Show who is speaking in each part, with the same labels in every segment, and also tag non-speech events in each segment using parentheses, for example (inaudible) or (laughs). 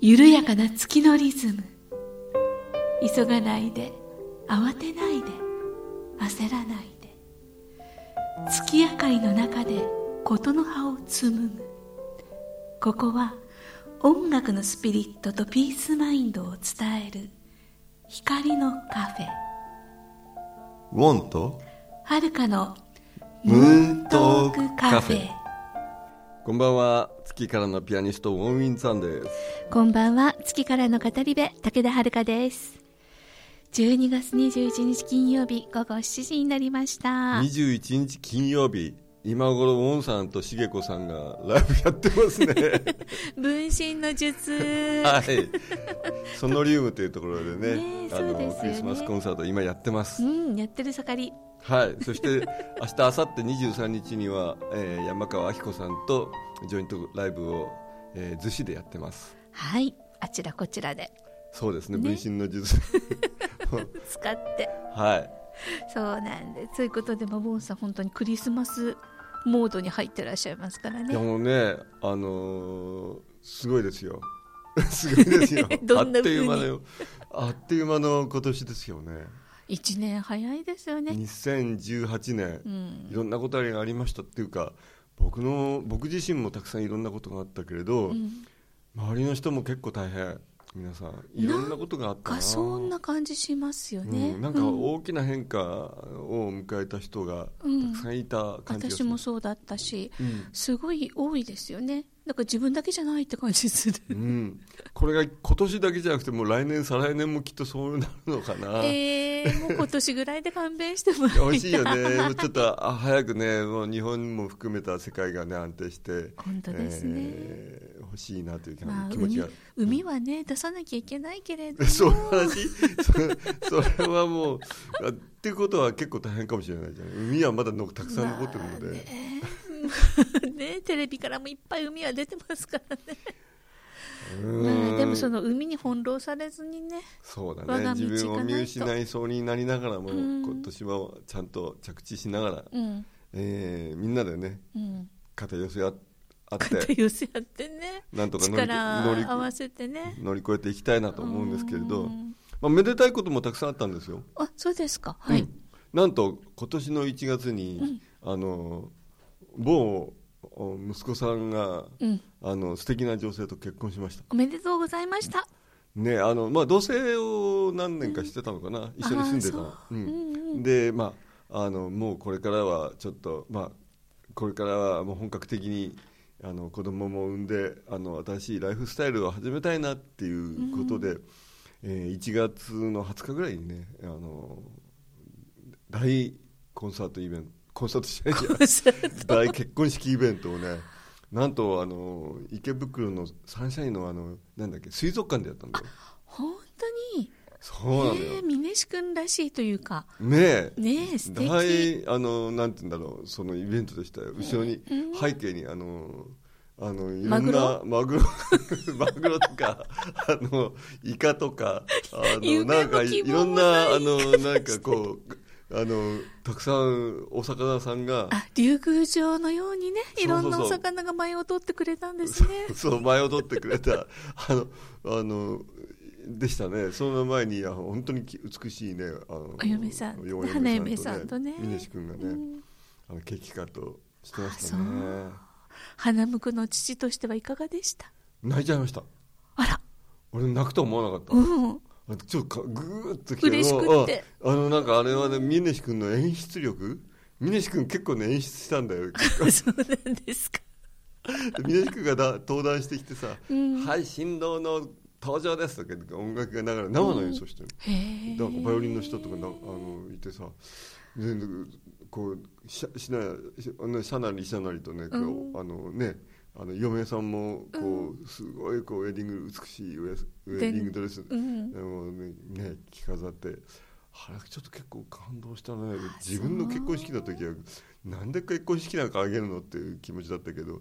Speaker 1: 緩やかな月のリズム急がないで慌てないで焦らないで月明かりの中で事の葉を紡ぐここは音楽のスピリットとピースマインドを伝える光のカフェ
Speaker 2: ウォンと
Speaker 1: はるかの
Speaker 2: ム
Speaker 1: ム
Speaker 2: ー
Speaker 1: ー
Speaker 2: ン
Speaker 1: ン
Speaker 2: ト
Speaker 1: トー
Speaker 2: ーク
Speaker 1: ク
Speaker 2: カ
Speaker 1: カ
Speaker 2: フ
Speaker 1: フ
Speaker 2: ェ
Speaker 1: ェ
Speaker 2: こんばんは月からのピアニストウォンウィンさんです
Speaker 1: こんばんは月からの語り部武田遥です12月21日金曜日午後7時になりました
Speaker 2: 21日金曜日今頃ウォンさんとしげこさんがライブやってます
Speaker 1: (laughs)
Speaker 2: ね
Speaker 1: 分身の術
Speaker 2: はいソノリウムというところでね
Speaker 1: ねえ
Speaker 2: あの
Speaker 1: そうですよね
Speaker 2: クリスマスコンサート今やってま
Speaker 1: (laughs)
Speaker 2: す
Speaker 1: うんやってる盛り
Speaker 2: はい、そして明日明後日23日には、えー山川明子さんとジョイントライブを、えー、逗子でやってます
Speaker 1: はいあちらこちらで
Speaker 2: そうですね
Speaker 1: ね
Speaker 2: 分身の術 (laughs)
Speaker 1: 使って
Speaker 2: はい
Speaker 1: そうなんですということでまあボンさん本当にクリスマスモードに入ってらっしゃいますから
Speaker 2: いや
Speaker 1: ね
Speaker 2: もうねあのーすごいですよ (laughs) すごいですよ
Speaker 1: (laughs) どんな
Speaker 2: あっという間
Speaker 1: 風に
Speaker 2: だよあっという間の今年ですよね
Speaker 1: 一年早いですよね
Speaker 2: 2018年、
Speaker 1: うん
Speaker 2: いろんなことがありましたっていうか僕の僕自身もたくさんいろんなことがあったけれど、
Speaker 1: うん
Speaker 2: 周りの人も結構大変皆さんいろんなことがあった
Speaker 1: がそんな感じしますよね、
Speaker 2: うん、なんか
Speaker 1: うん
Speaker 2: 大きな変化を迎えた人が
Speaker 1: うん
Speaker 2: たくさんいた感じがし
Speaker 1: 私
Speaker 2: ま
Speaker 1: も
Speaker 2: す、
Speaker 1: そうだったし
Speaker 2: うん
Speaker 1: すごい多いですよねなんか自分だけじゃないって感じする
Speaker 2: うん、これが今年だけじゃなくてもう来年再来年もきっとそうなるのかな、
Speaker 1: えー、もう今年ぐらいで勘弁してもらいた
Speaker 2: 美味しいよね (laughs) もうちょっとあ早くねもう日本も含めた世界がね安定して
Speaker 1: 本当ですね
Speaker 2: えー欲しいなという気,、
Speaker 1: まあ、
Speaker 2: 気持
Speaker 1: 海
Speaker 2: ちが
Speaker 1: 海はね、出さなきゃいけないけれども
Speaker 2: (laughs) そういう話そそれはもうあっていうことは結構大変かもしれないじゃない海はまだのたくさん残ってるので、
Speaker 1: まあね (laughs) テレビからもいっぱい海は出てますからね、
Speaker 2: うん
Speaker 1: まあでもその海に翻弄されずにね
Speaker 2: そうだ
Speaker 1: 我
Speaker 2: ね
Speaker 1: が道
Speaker 2: 自分を
Speaker 1: がない
Speaker 2: 見
Speaker 1: と
Speaker 2: 失いそうになりながらも、
Speaker 1: うん
Speaker 2: 今年はちゃんと着地しながら、
Speaker 1: うん
Speaker 2: えーみんなでね
Speaker 1: うん
Speaker 2: 肩寄せああっ
Speaker 1: 肩
Speaker 2: て
Speaker 1: 寄せ合ってね
Speaker 2: なんとか乗り
Speaker 1: 力
Speaker 2: 乗り
Speaker 1: 合わせてね
Speaker 2: 乗り越えていきたいなと思うんですけれど
Speaker 1: う、ん
Speaker 2: まあ、めでたいこともたくさんあったんですよ、
Speaker 1: あそうですかはい、
Speaker 2: うんなんと今年の1月に、あの某お息子さんが
Speaker 1: うん
Speaker 2: あの素敵な女性と結婚しました
Speaker 1: おめでとうございました
Speaker 2: ねあのまあ同棲を何年かしてたのかな、一緒に住んでたの
Speaker 1: あー
Speaker 2: う
Speaker 1: そうんうんうん
Speaker 2: でまああのもうこれからはちょっとまあこれからはもう本格的にあの子供も産んであの新しいライフスタイルを始めたいなっていうことで、えー1月の20日ぐらいにねあの大コンサートイベントコンサートしないじゃん大結婚式イベントをねなんとあの池袋のサンシャインのあのなんだっけ水族館でやったんだよ
Speaker 1: (laughs) 本当に
Speaker 2: そうなのよ
Speaker 1: えー、峰志君らしいというか
Speaker 2: ねえ
Speaker 1: ねえ素敵
Speaker 2: 大あのなんて言うんだろうそのイベントでしたよ後ろに背景にあのあのいろんなマグロ (laughs) マグロとかあのイカとかあの
Speaker 1: 夢も
Speaker 2: なんかい
Speaker 1: 希望も
Speaker 2: ろんな
Speaker 1: ない
Speaker 2: あのなんかこうあのたくさんお魚さんが
Speaker 1: あ竜宮城のようにねいろんな
Speaker 2: そう
Speaker 1: お
Speaker 2: そうそう
Speaker 1: 魚が舞を取ってくれたんですね
Speaker 2: そう前を取ってくれたあのあのでしたねその前にあの本当にき美しいねあの
Speaker 1: お嫁さん
Speaker 2: お嫁
Speaker 1: 花嫁さんとね
Speaker 2: 峰志君がね、あのケーキカットしてましたね
Speaker 1: 花婿の父としてはいかがでした
Speaker 2: 泣いちゃいました
Speaker 1: あら
Speaker 2: 俺泣くとは思わなか (laughs) った、
Speaker 1: うん
Speaker 2: あちょっとかぐーっときて
Speaker 1: 嬉しくって
Speaker 2: ああのなんかあれはね峰志君の演出力峰志君結構ね演出したん
Speaker 1: (laughs)
Speaker 2: だよ
Speaker 1: そうなんですか
Speaker 2: 峰志君がだ登壇してきてさ「
Speaker 1: うん
Speaker 2: はい新郎の登場です」とか言って音楽が流れ生の演奏してる、
Speaker 1: へえ
Speaker 2: なんかバイオリンの人とかなあのいてさ全然こうしゃしなしあのしゃなりしゃなりとね、こう
Speaker 1: うん
Speaker 2: あのねあの嫁さんもこう、すごいこうウェディング美しいウェスウェディングドレス、
Speaker 1: うん
Speaker 2: でもねね着飾ってあれちょっと結構感動したね自分の結婚式の時はなんで結婚式なんかあげるのっていう気持ちだったけど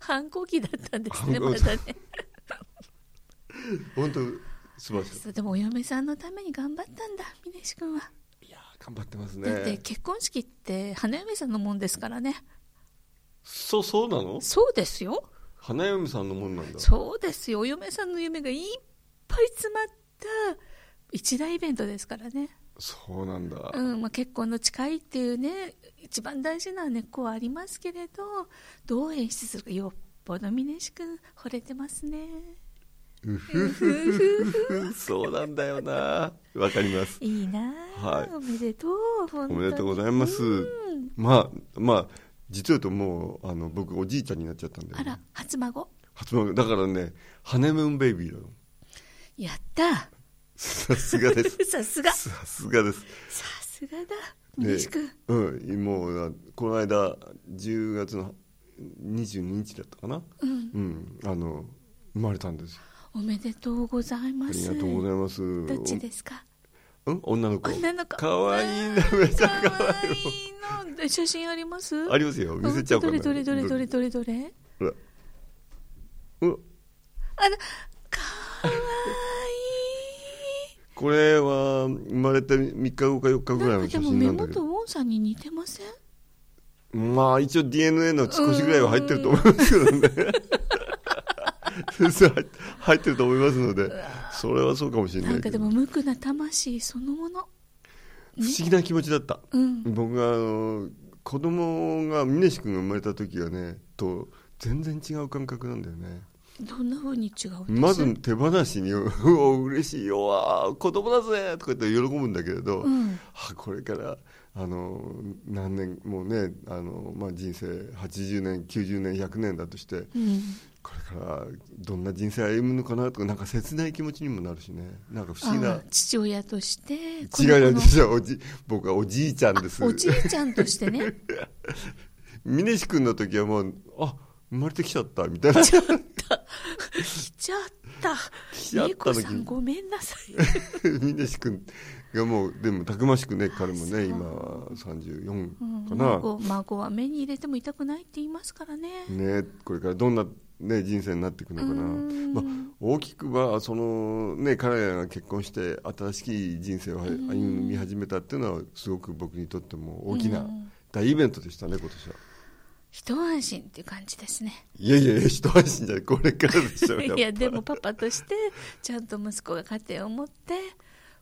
Speaker 1: 反抗期だったんですね
Speaker 2: 反
Speaker 1: ま
Speaker 2: 抗期
Speaker 1: だね
Speaker 2: 本当素晴らしかっ
Speaker 1: そうでもお嫁さんのために頑張ったんだ峰志君は、
Speaker 2: たいやー頑張ってます
Speaker 1: だって
Speaker 2: ね
Speaker 1: 結婚式って花嫁さんのもんですからね
Speaker 2: そうそうなの
Speaker 1: そうですよ
Speaker 2: 花嫁さんのもんなんだ
Speaker 1: そうですよお嫁さんの夢がいっぱい詰まった一大イベントですからね、
Speaker 2: そうなんだ、
Speaker 1: うんまあ、結婚の誓いっていうね一番大事な根っこはありますけれどどう演出するかよっぽど峰しく惚れてますね
Speaker 2: うふふふふそうなんだよなわかります
Speaker 1: いいなあ、
Speaker 2: はい
Speaker 1: おめでとう本当
Speaker 2: お
Speaker 1: に
Speaker 2: めでとうございます
Speaker 1: うん
Speaker 2: まあまあ実は言うともうあの僕おじいちゃんになっちゃったんで、
Speaker 1: あら初孫
Speaker 2: 初孫だからねハネムーンベイビーだよ
Speaker 1: やった
Speaker 2: さすが
Speaker 1: (laughs)
Speaker 2: です
Speaker 1: さすがさ
Speaker 2: さすがです
Speaker 1: すがだ
Speaker 2: で
Speaker 1: 峰しく
Speaker 2: うん、もうあこの間10月の22日だったかな、
Speaker 1: うん
Speaker 2: うん、あの生まれたんですよ
Speaker 1: おめでとうござい
Speaker 2: あ
Speaker 1: ま
Speaker 2: り
Speaker 1: す
Speaker 2: がとうございます
Speaker 1: どっちですか
Speaker 2: おうん、女の子
Speaker 1: 女の子
Speaker 2: かわいいなめちゃ
Speaker 1: か
Speaker 2: かわ
Speaker 1: わ
Speaker 2: いい
Speaker 1: いいので写真あります
Speaker 2: ありますよ見せちゃおうかな
Speaker 1: どれどれどれどれどれどれ
Speaker 2: ほらうん
Speaker 1: あらかわい
Speaker 2: これは生まれて3日後か4日
Speaker 1: い
Speaker 2: ぐらい
Speaker 1: なんかで
Speaker 2: の写
Speaker 1: も
Speaker 2: 真
Speaker 1: 目
Speaker 2: なんだけ
Speaker 1: 元
Speaker 2: ど
Speaker 1: ウォンさんに似てません
Speaker 2: まあ一応 DNA の少しぐらいは入ってると思いますけどね先生入っ (laughs) 入ってると思いますのでそれはそうかもしれ
Speaker 1: な
Speaker 2: なんい
Speaker 1: か
Speaker 2: け
Speaker 1: で
Speaker 2: ど
Speaker 1: も無垢な魂そのもの
Speaker 2: 不思議な気持ちだった
Speaker 1: うん
Speaker 2: 僕があの子供が峰志君が生まれた時はねと全然違う感覚なんだよね
Speaker 1: どんな風に違うんです
Speaker 2: まず手放しに「うお嬉しいよわあ子供だぜ」とか言って喜ぶんだけれど、
Speaker 1: うん
Speaker 2: あこれからあの何年もうねあの、まあ、人生80年90年100年だとして
Speaker 1: うん
Speaker 2: これからどんな人生歩むのかなとかなんか切ない気持ちにもなるしねなんか不思議
Speaker 1: あ
Speaker 2: な
Speaker 1: ー父親として
Speaker 2: 違いなん
Speaker 1: この
Speaker 2: で
Speaker 1: 子の
Speaker 2: すよおじ僕はおじいちゃんです
Speaker 1: あおじいちゃんとしてね
Speaker 2: 峰志君の時はもうあ生まれてきちゃったみた
Speaker 1: (laughs)
Speaker 2: いな
Speaker 1: 来ちゃった
Speaker 2: (laughs) 来ちゃったの
Speaker 1: 猫さんごめんなさい
Speaker 2: 峰志君がもうでもたくましくね彼
Speaker 1: そ
Speaker 2: も
Speaker 1: う
Speaker 2: ね今は34
Speaker 1: うん
Speaker 2: かな、
Speaker 1: 孫孫は目に入れても痛くないって言いますからね
Speaker 2: ね、これからどんな、ね、人生になっていくのかな、
Speaker 1: うん
Speaker 2: まあ、大きくはその、ね、彼らが結婚して新しい人生を歩み始めたっていうのはすごく僕にとっても大き
Speaker 1: う
Speaker 2: なん大イベントでしたね今年は。
Speaker 1: 一安心っていう感じですね
Speaker 2: いやいやいや一安心じゃないこれからでし
Speaker 1: (laughs)
Speaker 2: ょ
Speaker 1: いやでも
Speaker 2: っぱ
Speaker 1: パパとしてちゃんと息子が家庭を持って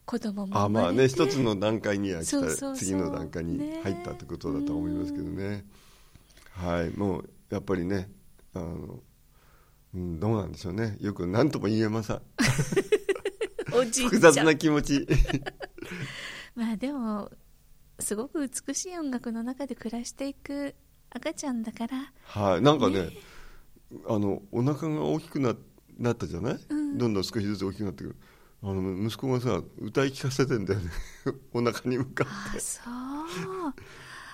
Speaker 1: 子供も
Speaker 2: あ
Speaker 1: 生まれて
Speaker 2: まあね一つの段階には来た
Speaker 1: そうそうそう
Speaker 2: 次の段階に入ったってことだと思いますけどねはいもうやっぱりねあの、うん、どうなんでしょうねよく何とも言えません
Speaker 1: おじい
Speaker 2: 複
Speaker 1: ち
Speaker 2: 雑
Speaker 1: ゃん
Speaker 2: な気持ち
Speaker 1: まあでもすごく美しい音楽の中で暮らしていく赤ちゃんだから
Speaker 2: はいなんかね
Speaker 1: ね
Speaker 2: あのお腹が大きくななったじゃない、
Speaker 1: うん
Speaker 2: どんどん少しずつ大きくなってくるあの息子がさ歌い聞かせてんだよね (laughs) お腹に向か
Speaker 1: あ
Speaker 2: って
Speaker 1: そう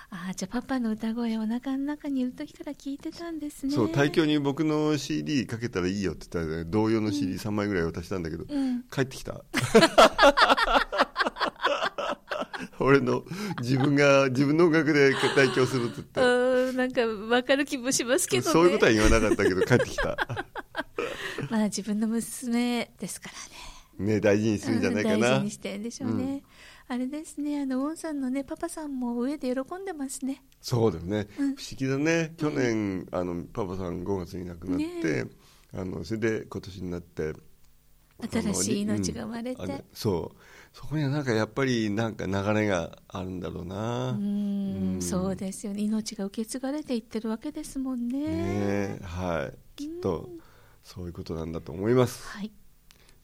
Speaker 1: あじゃあパパの歌声お腹の中にいる時から聞いてたんですね
Speaker 2: そう対響に僕の CD かけたらいいよって言ったら、ね、同様の CD3 枚ぐらい渡したんだけど、
Speaker 1: うん
Speaker 2: 帰ってきた (laughs) 俺の自分が自分の音楽で対響するって
Speaker 1: う
Speaker 2: 言っ
Speaker 1: ーんなんか分かる気もしますけ
Speaker 2: て
Speaker 1: どね
Speaker 2: そういうことは言わなかったけど帰ってきた
Speaker 1: まあ自分の娘ですからね
Speaker 2: ね大事にするんじゃないか
Speaker 1: うん
Speaker 2: な、
Speaker 1: 大事にしてるんでしょうね、あれですねあのウォンさんのねパパさんも上で喜んでますね
Speaker 2: そうだよね、
Speaker 1: うん
Speaker 2: 不思議だね去年あのパパさん5月に亡くなって、あのそれで今年になって
Speaker 1: 新しい
Speaker 2: あの
Speaker 1: 命が生まれて
Speaker 2: うんあのそうそこにはなんかやっぱりなんか流れがあるんだろうな、
Speaker 1: うー
Speaker 2: うん
Speaker 1: んそうですよね命が受け継がれていってるわけですもんね
Speaker 2: ねえはいきっとそういうことなんだと思います
Speaker 1: はい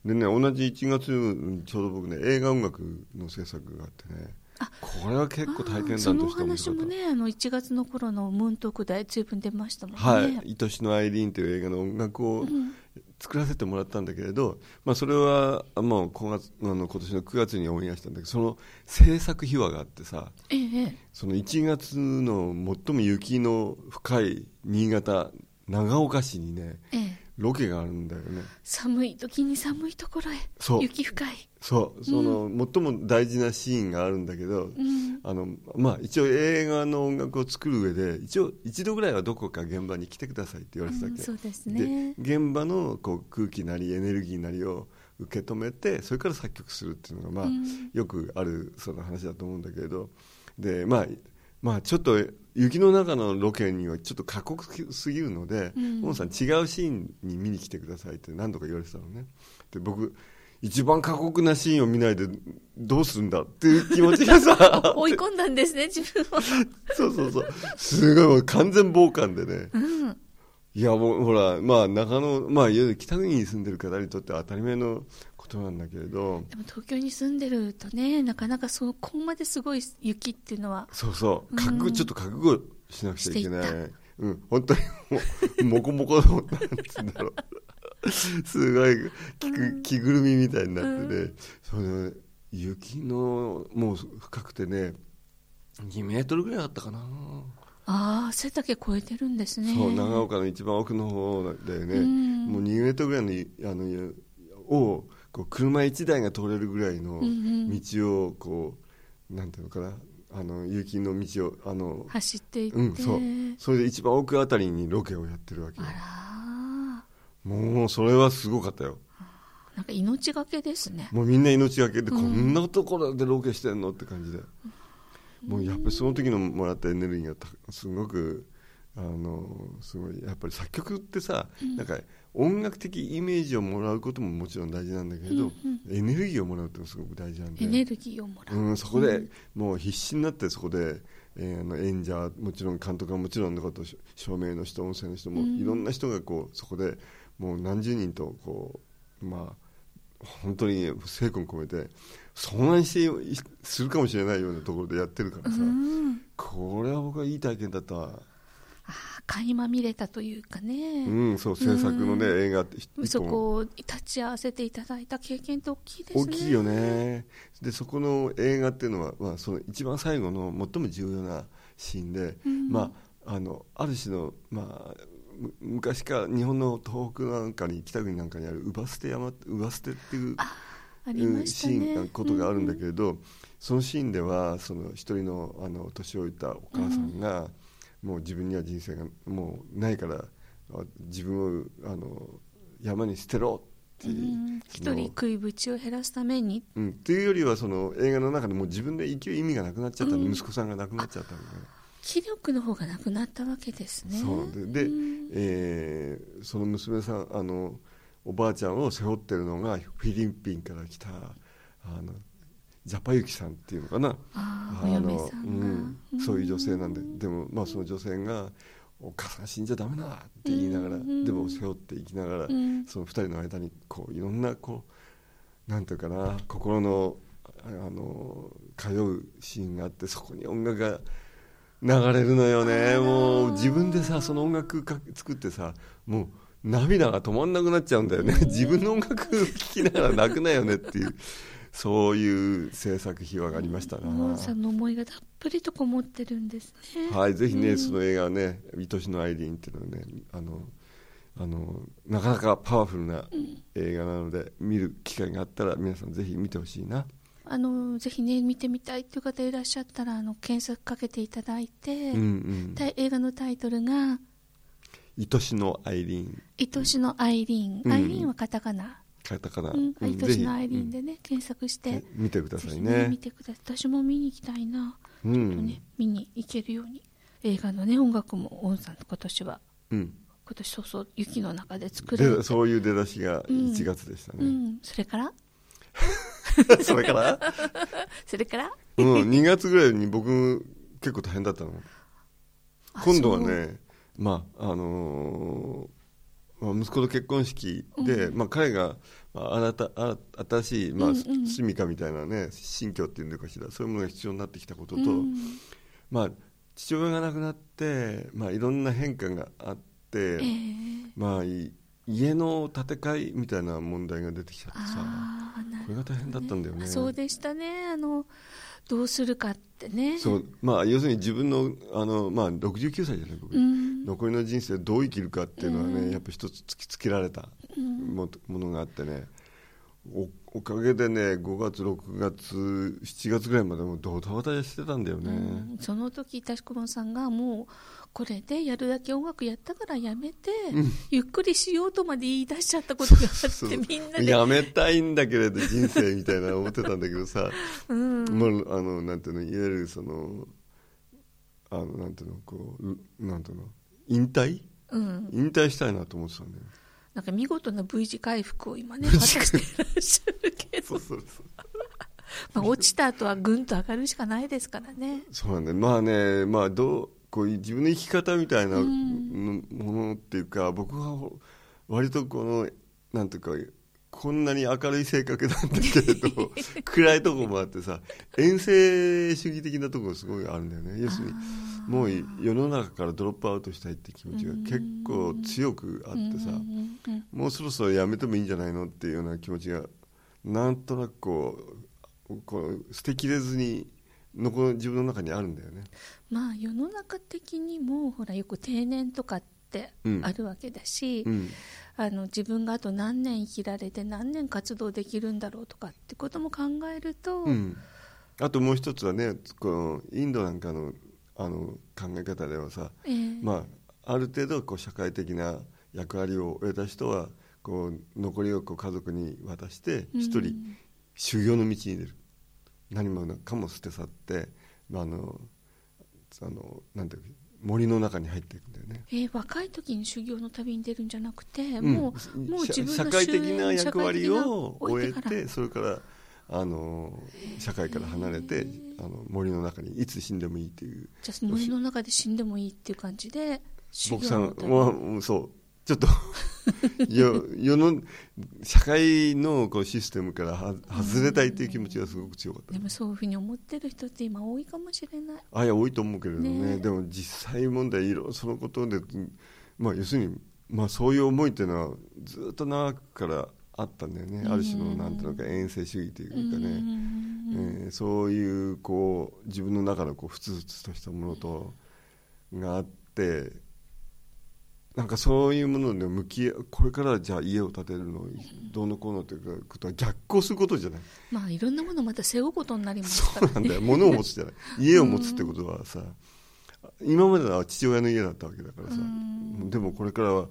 Speaker 2: でね同じ1月うんちょうど僕ね映画音楽の制作があってね
Speaker 1: あ
Speaker 2: これは結構体験談として
Speaker 1: そのお
Speaker 2: 面白かった
Speaker 1: 話もねあの1月の頃のムーン特大随分出ましたもんね、
Speaker 2: はい「愛しのアイリーン」という映画の音楽を作らせてもらったんだけれど、まあ、それはもう今月あの今年の9月にオンエアしたんだけどその制作秘話があってさ
Speaker 1: ええええ
Speaker 2: その1月の最も雪の深い新潟長岡市にね
Speaker 1: ええ
Speaker 2: ロケがあるんだよね
Speaker 1: 寒い時に寒いところへ
Speaker 2: そう
Speaker 1: 雪深い、
Speaker 2: そうその、最も大事なシーンがあるんだけど、
Speaker 1: うん、
Speaker 2: あのまあ、一応映画の音楽を作る上で一応一度ぐらいはどこか現場に来てくださいって言われてたわけ、
Speaker 1: うんそうです
Speaker 2: で
Speaker 1: ね
Speaker 2: 現場のこう空気なりエネルギーなりを受け止めてそれから作曲するっていうのが、まあ
Speaker 1: うん
Speaker 2: よくあるその話だと思うんだけれどで、まあ、まあ、ちょっと雪の中のロケにはちょっと過酷すぎるので、
Speaker 1: うん
Speaker 2: 大野さん違うシーンに見に来てくださいって何度か言われてたのねで僕一番過酷なシーンを見ないでどうするんだっていう気持ちがさ
Speaker 1: (laughs) 追い込んだんですね、自分を。
Speaker 2: (laughs) そうそうそうすごいもう完全傍観でね
Speaker 1: うん。
Speaker 2: いやもうほらまあ中野まあいわゆる北国に住んでる方にとっては当たり前のことなんだけれど
Speaker 1: でも東京に住んでるとね、なかなかそこまですごい雪っていうのは、
Speaker 2: そうそう覚
Speaker 1: う
Speaker 2: 悟
Speaker 1: ん
Speaker 2: ちょっと覚悟しなくちゃいけな
Speaker 1: してい
Speaker 2: いうん本当にもうモコモコのなんつうんだろうすごい着ぐ着ぐるみみたいになってね、その雪のもう深くてね2メートルぐらいあったかな、
Speaker 1: ああ、背丈超えてるんですね。
Speaker 2: そう長岡の一番奥の方だよね、
Speaker 1: うん
Speaker 2: もう2メートルぐらいのあのをこう車1台が通れるぐらい
Speaker 1: う
Speaker 2: の
Speaker 1: んうん
Speaker 2: 道をこうなんていうのかなあの雪の道をあの
Speaker 1: 走っていって。
Speaker 2: うん、そうそれで一番奥あたりにロケをやってるわけよ
Speaker 1: あら
Speaker 2: もうそれはすごかったよ
Speaker 1: ーなんか命がけですね。
Speaker 2: もうみんな命がけで
Speaker 1: うん
Speaker 2: こんなところでロケしてんのって感じで、もうやっぱりその時のもらったエネルギーがたすごくあのすごいやっぱり作曲ってさ、なんか音楽的イメージをもらうことももちろん大事なんだけれど、
Speaker 1: うん
Speaker 2: エネルギーをもらうってのがすごく大事なんで
Speaker 1: エネルギーをもらう。
Speaker 2: うん、そこでもう必死になってそこで、えーあの演者もちろん監督はもちろんのことし照明の人音声の人も、
Speaker 1: うん
Speaker 2: いろんな人がこうそこでもう何十人とこうまあ本当に精魂込めて遭難していするかもしれないようなところでやってるからさ、
Speaker 1: うん。
Speaker 2: これは僕はいい体験だったわ、
Speaker 1: ああ、垣間見れたというか
Speaker 2: う
Speaker 1: ね。
Speaker 2: ん、そう制作のね、
Speaker 1: う
Speaker 2: 映画って一本
Speaker 1: そこを立ち会わせていただいた経験って大きいですね。
Speaker 2: 大きいよねでそこの映画っていうのは、まあ、その一番最後の最も重要なシーンで、
Speaker 1: うん
Speaker 2: まあ、あのある種の、まあ、む昔から日本の東北なんかに北国なんかにある姥捨て山姥捨てっていう
Speaker 1: ありまし
Speaker 2: シ
Speaker 1: たね。
Speaker 2: ーンがことがあるんだけ
Speaker 1: ど。
Speaker 2: れど、そのシーンではその一人のあの年老いたお母さんが、もう自分には人生がもうないからあ自分をあの山に捨てろって
Speaker 1: う
Speaker 2: いうんそ
Speaker 1: 一
Speaker 2: の
Speaker 1: 人食いぶちを減らすために。
Speaker 2: うん、っていうよりはその映画の中でもう自分で生きる意味がなくなっちゃったの、
Speaker 1: うん
Speaker 2: 息子さんが亡くなっちゃったので、
Speaker 1: 気力の方がなくなったわけですね。
Speaker 2: そうでで、
Speaker 1: ん
Speaker 2: えーその娘さんあのおばあちゃんを背負ってるのがフィリピンから来たあのジャパユキさんっていうのかな
Speaker 1: ああ、
Speaker 2: あ
Speaker 1: お嫁
Speaker 2: の
Speaker 1: さんが。
Speaker 2: うんそういう女性なんで、でも、まあ、その女性が「お母さん死んじゃダメだ」って言いながら、
Speaker 1: うん
Speaker 2: でも背負っていきながら、
Speaker 1: うん
Speaker 2: その二人の間にこういろんなこうなんていうかな心のああの通うシーンがあってそこに音楽が流れるのよねもう自分でさその音楽か作ってさもう涙が止まんなくなっちゃうんだよね自分の音楽聴きながら泣くなよねっていうそういう制作秘話がありましたな。
Speaker 1: おもんさんの思いがたっぷりとこもってるんですね。
Speaker 2: はい、ぜひね、
Speaker 1: うん
Speaker 2: その映画はね「愛しのアイリーン」っていうのはねあのあのなかなかパワフルな映画なので、見る機会があったら皆さんぜひ見てほしいな、
Speaker 1: あのぜひね見てみたいという方いらっしゃったらあの検索かけていただいて、
Speaker 2: うんうん
Speaker 1: た映画のタイトルが
Speaker 2: 「愛しのアイリーン
Speaker 1: 「愛しのアイリーン」
Speaker 2: うん
Speaker 1: アイリーンはカタカナ」
Speaker 2: カタカナ、
Speaker 1: うん
Speaker 2: うん
Speaker 1: 愛しのアイリーン
Speaker 2: ぜ
Speaker 1: でね、検索し
Speaker 2: ひ
Speaker 1: て、
Speaker 2: うん見てくだ
Speaker 1: ぜ
Speaker 2: さ
Speaker 1: ひ
Speaker 2: い
Speaker 1: ね
Speaker 2: ね
Speaker 1: 見てください私も見に行きたいな、
Speaker 2: う
Speaker 1: とね
Speaker 2: ん、
Speaker 1: 見に行けるように映画のね音楽もオンさんと今年は
Speaker 2: うん、
Speaker 1: 今年そうそう雪の中で作る
Speaker 2: でそういう出だしが1月でした
Speaker 1: う
Speaker 2: ね、
Speaker 1: んそれから
Speaker 2: (laughs) それから、
Speaker 1: それから
Speaker 2: うん、2月ぐらいに僕結構大変だったの
Speaker 1: あ
Speaker 2: 今度はね、まああのーまあ息子の結婚式で、まあ、彼が、まあ、新た新新しい、まあ
Speaker 1: うんうん
Speaker 2: 住みかみたいなね新居っていうのかしらそういうものが必要になってきたこと
Speaker 1: そ
Speaker 2: と、
Speaker 1: ううん
Speaker 2: まあ、父親が亡くなって、まあ、いろんな変化があって、
Speaker 1: ええ
Speaker 2: まあ、い家の建て替えみたいな問題が出てきちゃってさ
Speaker 1: ああなる
Speaker 2: これが大変だったんだよね。
Speaker 1: あそうでしたねあのどうするかってね
Speaker 2: そうまあ、要するに自分のあの、まあ、69歳じゃない僕、
Speaker 1: うん
Speaker 2: 残りの人生どう生きるかっていうのはね、
Speaker 1: うん
Speaker 2: やっぱ一つ突きつけられた
Speaker 1: うん
Speaker 2: も,、のがあってねおおかげでね5月6月7月ぐらいまでもうドタバタしてたんだよね、
Speaker 1: うんその時田志ンさんがもうこれでやるだけ音楽やったからやめて、ゆっくりしようとまで言い出しちゃったことがあっ
Speaker 2: そう (laughs)
Speaker 1: てみんなで
Speaker 2: やめたいんだけれど人生みたいな思ってたんだけどさ、
Speaker 1: うん
Speaker 2: もうあのなんていうのいわゆるそのあのなんていうのこううなんていうの引退
Speaker 1: うん、
Speaker 2: 引退したいなと思ってたんだよ
Speaker 1: なんか見事な V 字回復を今ね、果たしてらっしゃるけど、
Speaker 2: そうそう
Speaker 1: まあ、落ちた後はぐんと上がるしかないですからね。
Speaker 2: そうなんだよまあねまあどうこういう自分の生き方みたいなのものっていうか、僕はほ割とこのなんていうかこんなに明るい性格なんだけ
Speaker 1: (laughs)
Speaker 2: れど暗いとこもあってさ遠征主義的なとこがすごいあるんだよね要するにもう世の中からドロップアウトしたいって気持ちが結構強くあってさ、
Speaker 1: うんうん
Speaker 2: もうそろそろやめてもいいんじゃないのっていうような気持ちがなんとなくこうこう捨てきれずに残る自分の中にあるんだよね。
Speaker 1: まあ世の中的にもほらよく定年とかって
Speaker 2: うん
Speaker 1: あるわけだし、
Speaker 2: うん
Speaker 1: あの自分があと何年生きられて何年活動できるんだろうとかってことも考えると、
Speaker 2: うん、あともう一つはねこのインドなんかのあの考え方ではさ、
Speaker 1: えー
Speaker 2: まあ、ある程度こう社会的な役割を終えた人はこう残りをこう家族に渡して
Speaker 1: うん
Speaker 2: 一人修行の道に出る、何もかも捨て去って、まあ、あのあのなんていうか森の中に入っていくんだよね。
Speaker 1: えー若い時に修行の旅に出るんじゃなくて、
Speaker 2: うん
Speaker 1: もうもう自分の
Speaker 2: 社社会的な
Speaker 1: 終焉
Speaker 2: 役割を終え
Speaker 1: 社会的なから
Speaker 2: てそれからあの社会から離れてあの森の中にいつ死んでもいいっていう
Speaker 1: じゃあ森の中で死んでもいいっていう感じで修
Speaker 2: 僕さ
Speaker 1: 行の
Speaker 2: ん
Speaker 1: 旅
Speaker 2: はうんそうちょっと (laughs) よ世の社会のこうシステムからは外れたいっていう気持ちがすごく強かった
Speaker 1: でもそういうふうに思ってる人って今多いかもしれない
Speaker 2: あいや多いと思うけれどね
Speaker 1: ねえ
Speaker 2: でも実際問題いろいろそのことで、まあ、要するに、まあ、そういう思いっていうのはずっと長くからあったんだよね、ある種のなんていうのか遠征主義というかね、えーそういうこう自分の中のこうふつふつとしたものとがあってなんかそういうもので向き合うこれからじゃあ家を建てるのどうのこうのということは逆行することじゃない
Speaker 1: まあいろんなものをまた背負うことになります
Speaker 2: そ
Speaker 1: か
Speaker 2: う
Speaker 1: ら
Speaker 2: なんだよ物を持つじゃない家を持つってことはさ今までは父親の家だったわけだからさでもこれからは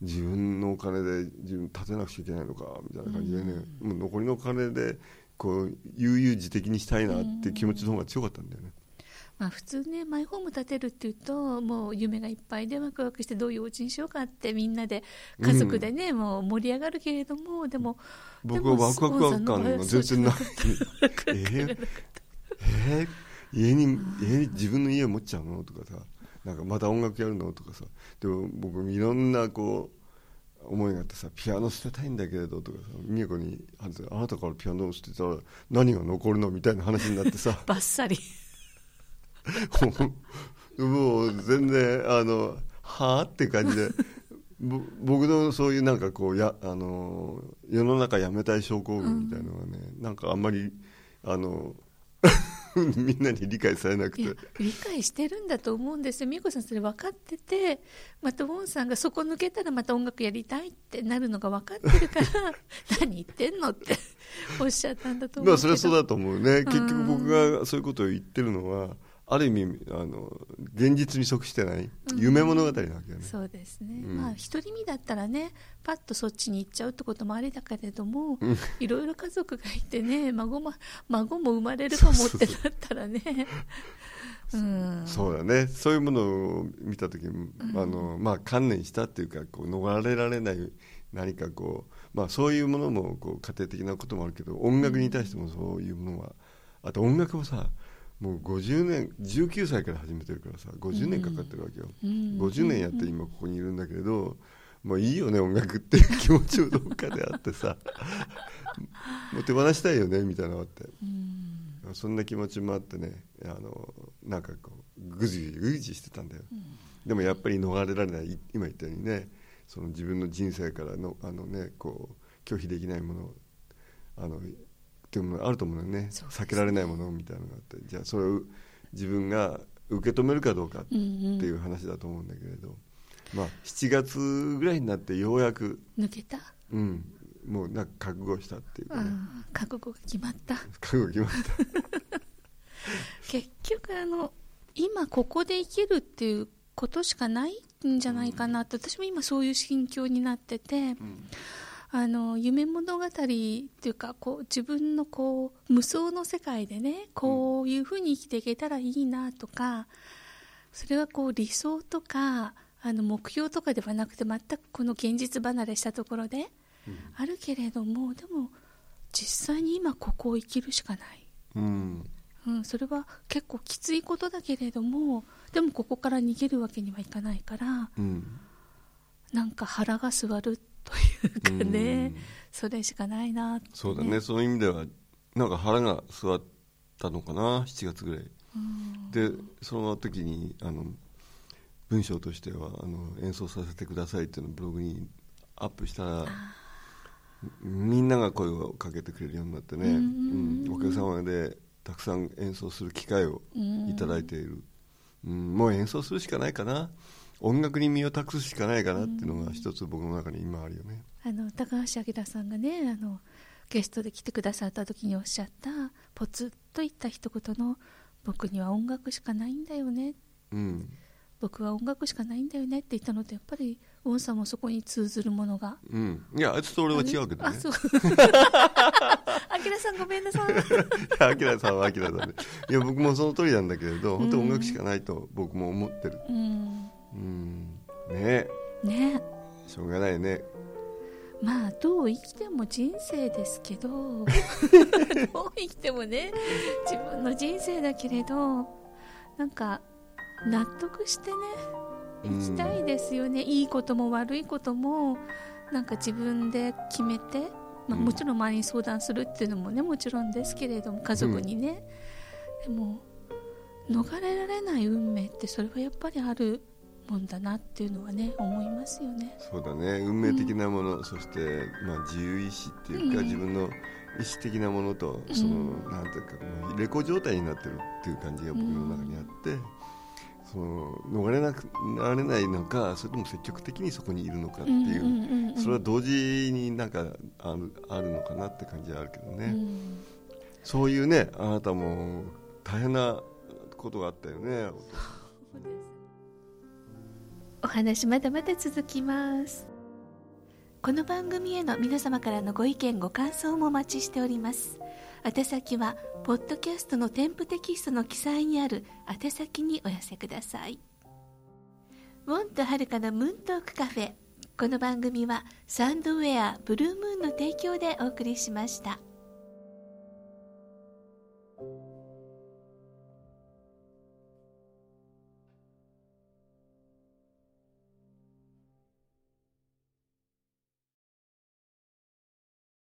Speaker 2: 自分のお金で自分建てなくちゃいけないのかみたいな感じでねもう残りのお金でこう悠々自適にしたいなっていう気持ちの方が強かったんだよね
Speaker 1: まあ、普通ねマイホーム建てるっていうともう夢がいっぱいでワクワクしてどういうお家にしようかってみんなで家族でね、もう盛り上がるけれどもでも
Speaker 2: 僕はワクワク感が全然ないえーえー家に家に自分の家持っちゃうのとかさなんかまた音楽やるのとかさでも僕いろんなこう思いがあってさピアノ捨てたいんだけれどとかさ美恵子にあんたあなたからピアノを捨てたら何が残るのみたいな話になってさ
Speaker 1: バッサリ
Speaker 2: (laughs) もう全然あのはあって感じでぼ僕のそういうなんかこうやあの世の中やめたい症候群みたいなのはね、なんかあんまりあの (laughs) みんなに理解されなく
Speaker 1: い
Speaker 2: て
Speaker 1: や理解してるんだと思うんですよ美恵子さんそれ分かっててまたウォンさんがそこ抜けたらまた音楽やりたいってなるのが分かって
Speaker 2: (laughs)
Speaker 1: るから何言ってんのっておっしゃったんだと思
Speaker 2: ま
Speaker 1: う
Speaker 2: あ
Speaker 1: けど、
Speaker 2: それはそうだと思うね
Speaker 1: ん
Speaker 2: 結局僕がそういうことを言ってるのはある意味あの現実に即してない夢物語なわけだね、
Speaker 1: そうですね、
Speaker 2: うん
Speaker 1: まあ独り身だったらねパッとそっちに行っちゃうってこともありだけれども、いろいろ家族がいて
Speaker 2: (laughs)
Speaker 1: ね孫も孫も生まれるかもってなったらねうん
Speaker 2: そうだねそういうものを見た時に、あのまあ観念したっていうかこう逃れられない何かこう、まあ、そういうものもこう家庭的なこともあるけど音楽に対してもそういうものはあと音楽もさもう50年19歳から始めてるからさ50年かかってるわけよ、
Speaker 1: うん
Speaker 2: 50年やって今ここにいるんだけれどもういいよね音楽っていう気持ちをどっかであってさもう手放したいよねみたいなのがあって。そんな気持ちもあってねあのなんかこうぐじぐじぐじしてたんだよ、でもやっぱり逃れられないい今言ったようにねその自分の人生からのあの、ね、こう拒否できないものあのっていうものあると思うのよね
Speaker 1: そうですね
Speaker 2: 避けられないものみたいなのがあってじゃあそれを自分が受け止めるかどうかっていう話だと思うんだけれど、まあ、7月ぐらいになってようやく、
Speaker 1: 抜けた
Speaker 2: うん、もうなんか覚悟したっていうか
Speaker 1: あ
Speaker 2: ね、
Speaker 1: ー覚悟が決まった
Speaker 2: 覚悟決まった。
Speaker 1: 結局あの今ここで生きるっていうことしかないんじゃないかなって、私も今そういう心境になってて、あの夢物語っていうかこう自分のこう無双の世界でねこういうふうに生きていけたらいいなとか、それはこう理想とかあの目標とかではなくて全くこの現実離れしたところであるけれども、でも実際に今ここを生きるしかない、
Speaker 2: うん
Speaker 1: うん、それは結構きついことだけれどもでもここから逃げるわけにはいかないから
Speaker 2: うん
Speaker 1: なんか腹が据わるというかね、
Speaker 2: うん
Speaker 1: それしかないなって、
Speaker 2: そうだねそういう意味ではなんか腹が据わったのかな7月ぐらい、でその時にあの文章としてはあの演奏させてくださいっていうのをブログにアップしたらみんなが声をかけてくれるようになってね、
Speaker 1: うん
Speaker 2: うんお客様でたくさん演奏する機会を
Speaker 1: うん
Speaker 2: いただいている、うんもう演奏するしかないかな音楽に身を託すしかないかなっていうのが一つ僕の中に今あるよね。
Speaker 1: あの高橋明さんがねあのゲストで来てくださった時におっしゃったポツッと言った一言の「僕には音楽しかないんだよね
Speaker 2: うん
Speaker 1: 僕は音楽しかないんだよね」って言ったのとやっぱりウォンさんもそこに通ずるものが。
Speaker 2: うん、いやあいつと俺は違うけど
Speaker 1: あ
Speaker 2: ね
Speaker 1: そう (laughs) 明さんごめんなさい
Speaker 2: (laughs) アキラさんはアキラさんでいや僕もその通りなんだけれど本当音楽しかないと僕も思ってる
Speaker 1: うん
Speaker 2: うんねえ
Speaker 1: ね
Speaker 2: しょうがないね
Speaker 1: まあどう生きても人生ですけ
Speaker 2: (laughs)
Speaker 1: どどう生きてもね自分の人生だけれどなんか納得してね生きたいですよね、いいことも悪いこともなんか自分で決めて、まあ、
Speaker 2: うん
Speaker 1: もちろん周りに相談するっていうのもねもちろんですけれども家族にね、でも逃れられない運命ってそれはやっぱりあるもんだなっていうのはね思いますよね。
Speaker 2: そうだね運命的なもの、そして、まあ、自由意志っていうか、
Speaker 1: うん
Speaker 2: 自分の意志的なものとその、なんていうかもうレコ状態になってるっていう感じが僕の中にあって、その逃れなくなれないのかそれとも積極的にそこにいるのかってい
Speaker 1: う
Speaker 2: う,、
Speaker 1: んうんうんうん
Speaker 2: それは同時になんかあるあるのかなって感じはあるけどね。
Speaker 1: うん
Speaker 2: そういうねあなたも大変なことがあったよね
Speaker 3: お話まだまだ続きますこの番組への皆様からのご意見ご感想もお待ちしております宛先はポッドキャストの添付テキストの記載にある宛先にお寄せくださいウォンとはるかのムーントークカフェこの番組はサンドウェアブルームーンの提供でお送りしました